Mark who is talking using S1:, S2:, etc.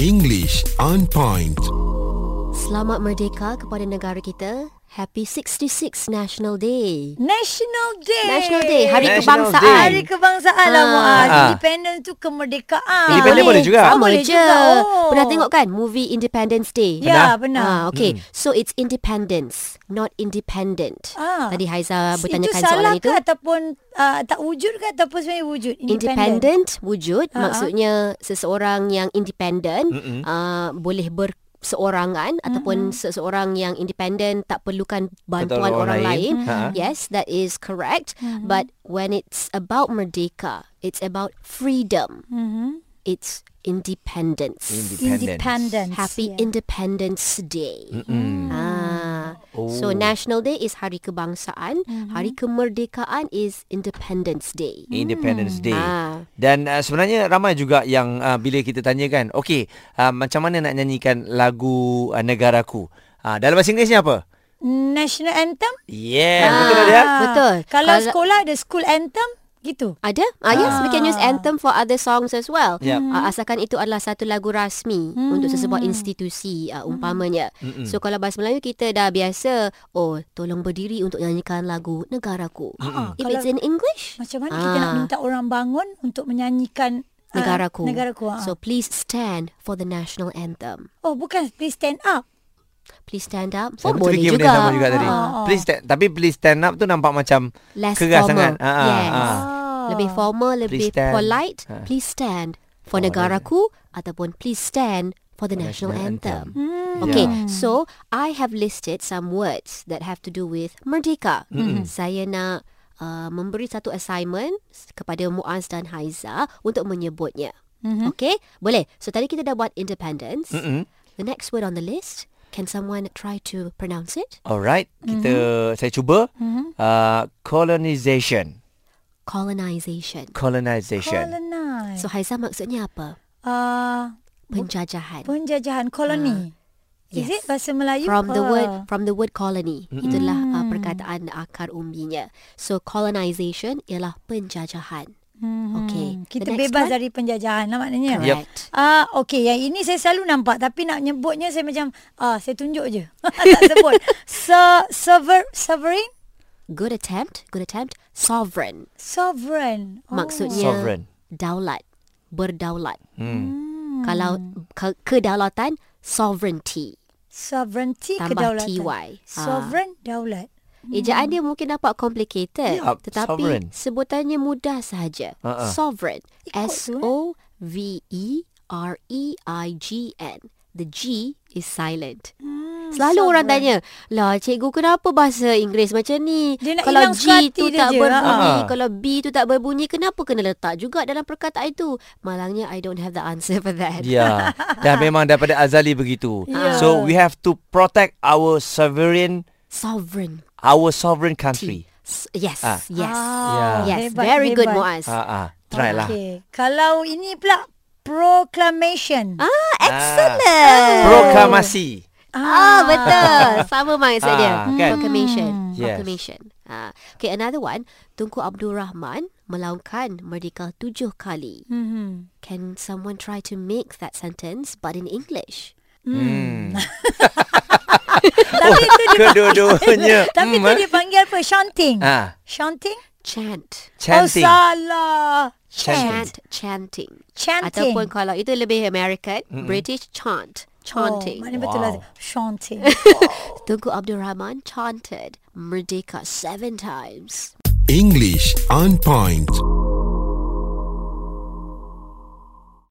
S1: English on point.
S2: Selamat merdeka kepada negara kita. Happy 66 National Day.
S3: National Day.
S2: National Day, Hari
S4: National
S2: Kebangsaan.
S4: Day.
S3: Hari kebangsaan lah
S2: Ah.
S3: Muaz.
S4: Ah.
S3: Independence tu kemerdekaan.
S4: Independence boleh juga.
S2: Sama
S3: Boleh
S2: je.
S3: juga. Oh.
S2: Pernah tengok kan movie Independence Day?
S3: Ya,
S4: Pernah?
S2: Ah,
S3: benar.
S4: Hmm.
S2: okay. So it's independence, not independent.
S3: Ah.
S2: Tadi Haiza
S3: itu
S2: bertanyakan
S3: salah
S2: soalan
S3: ke
S2: itu.
S3: ataupun uh, tak wujud ke ataupun sebenarnya wujud? Independent.
S2: Independent wujud
S3: Ah, ah.
S2: uh-huh. maksudnya seseorang yang independent uh, boleh ber seorangan mm-hmm. ataupun seseorang yang independent tak perlukan bantuan orang, orang
S4: orang lain.
S2: lain.
S4: Ha.
S2: Yes, that is correct. Mm-hmm. But when it's about merdeka, it's about freedom.
S3: Mm-hmm.
S2: It's independence.
S3: Independence. Ya.
S2: Happy
S3: Yeah.
S2: Independence Day.
S4: Mm-mm. Oh.
S2: Ah. So National Day is Hari Kebangsaan,
S3: Mm-hmm.
S2: Hari Kemerdekaan is Independence Day.
S4: Independence Day.
S2: Ah.
S4: Dan uh, sebenarnya ramai juga yang uh, bila kita tanyakan, okey, uh, macam mana nak nyanyikan lagu uh, negaraku? Uh, dalam bahasa Inggerisnya apa?
S3: National Anthem. Ah.
S4: Yeah, betul ya. tak
S2: Ah.
S4: dia?
S2: Betul.
S3: Kalau
S2: Kalau-
S3: sekolah ada school anthem, gitu.
S2: Ada? Ah, yes, we can use anthem for other songs as well.
S4: Yep.
S2: Ah, asalkan itu adalah satu lagu rasmi
S3: Hmm.
S2: untuk sesebuah institusi ah, umpamanya. So kalau bahasa Melayu kita dah biasa, oh tolong berdiri untuk nyanyikan lagu negaraku.
S3: Ah,
S2: If
S3: kalau-
S2: it's in English,
S3: Macam mana kita
S2: Ah.
S3: nak minta orang bangun untuk menyanyikan ah,
S2: negaraku.
S3: Negaraku. ah.
S2: So please stand for the national anthem.
S3: oh, bukan please stand up.
S2: Please stand up. oh,
S4: Saya betul
S2: boleh
S4: fikir
S2: juga.
S4: benda yang sama juga tadi.
S3: Ah, ah.
S4: Please stand, tapi please stand up tu nampak macam
S2: Less
S4: keras
S2: formal.
S4: sangat. Ah, ah,
S2: yes.
S4: ah.
S3: Ah.
S2: Lebih formal, lebih
S4: Please stand.
S2: polite.
S4: Ah.
S2: Please stand for
S4: Oh,
S2: negaraku ataupun please stand for the national,
S4: national
S2: anthem.
S4: anthem.
S2: Okay,
S4: Yeah.
S2: so I have listed some words that have to do with merdeka. Saya nak uh, memberi satu assignment kepada Muaz dan Haiza untuk menyebutnya. Okay, boleh. So tadi kita dah buat independence. The next word on the list, can someone try to pronounce it?
S4: Alright, kita
S2: Mm-hmm.
S4: saya cuba uh, colonization.
S2: Colonization.
S4: Colonization.
S3: Colonize.
S2: So Haiza maksudnya apa?
S3: Ah,
S2: Penjajahan.
S3: penjajahan koloni. Is
S2: Ah, Yes.
S3: it bahasa Melayu?
S2: from the
S3: Ah.
S2: word from the word colony itulah
S3: Mm.
S2: uh, perkataan akar umbinya so colonization ialah penjajahan okay
S3: Hmm, Kita
S2: the next
S3: bebas
S2: one?
S3: dari penjajahan lah maknanya.
S4: Yep.
S2: correct
S3: Ah, okey. Yang ini saya selalu nampak tapi nak nyebutnya saya macam ah saya tunjuk je. tak sebut. Ser, server, sovereign,
S2: good attempt good attempt sovereign
S3: sovereign. Oh.
S2: maksudnya
S4: Sovereign. Hmm.
S2: daulat berdaulat
S3: Hmm.
S2: kalau ke- kedaulatan sovereignty
S3: sovereignty
S2: tambah Ah. ty
S3: kedaulatan. Sovereign daulat.
S2: Ejaan dia mungkin nampak complicated
S4: Yup,
S2: tetapi
S4: sovereign.
S2: sebutannya mudah sahaja.
S4: Ha, ha.
S2: Sovereign.
S3: Ikut
S2: S
S3: tu, eh.
S2: O V E R E I G N. The G is silent. Hmm, Selalu sovereign. orang tanya, "Lah, cikgu kenapa bahasa Inggeris macam ni?
S3: Dia nak
S2: kalau
S3: hilang
S2: G
S3: suka hati
S2: tu
S3: dia
S2: tak
S3: je."
S2: berbunyi,
S4: Ha.
S2: kalau B tu tak berbunyi, kenapa kena letak juga dalam perkataan itu?" Malangnya I don't have the answer for that.
S4: Ya, dah memang daripada azali begitu.
S3: Ya.
S4: So we have to protect our sovereign
S2: Sovereign.
S4: our sovereign country.
S2: S- yes,
S4: Ah.
S2: yes.
S4: Ah.
S2: Yes,
S3: Hebat,
S2: very good
S3: hebat.
S2: Muaz.
S4: Ah ah, try lah.
S3: Okey. Kalau ini pula proclamation. Ah,
S4: Ah.
S2: Excellent.
S4: Proklamasi.
S2: Ah, betul. Sama mindset dia. Hmm.
S4: Ah, kan?
S2: Proclamation.
S4: Yes.
S2: Proclamation. Ah. Okay, another one. Tunku Abdul Rahman melaungkan merdeka tujuh kali.
S3: Mhm.
S2: Can someone try to make that sentence but in English?
S4: Hmm. oh, kedua-duanya.
S3: Tapi
S4: Hmm,
S3: tu
S4: ah.
S3: dia panggil apa? Chanting.
S4: Ah,
S3: Chanting?
S2: Chant.
S4: chanting.
S3: Oh, salah. Chant.
S4: Chanting.
S2: Chant. Chanting.
S3: Chanting.
S2: Ataupun kalau itu lebih American, British chant.
S3: Oh,
S2: Chanting.
S3: maknanya betul lah.
S4: Wow.
S3: Chanting.
S2: Tunku Abdul Rahman chanted merdeka seven times.
S1: English on point.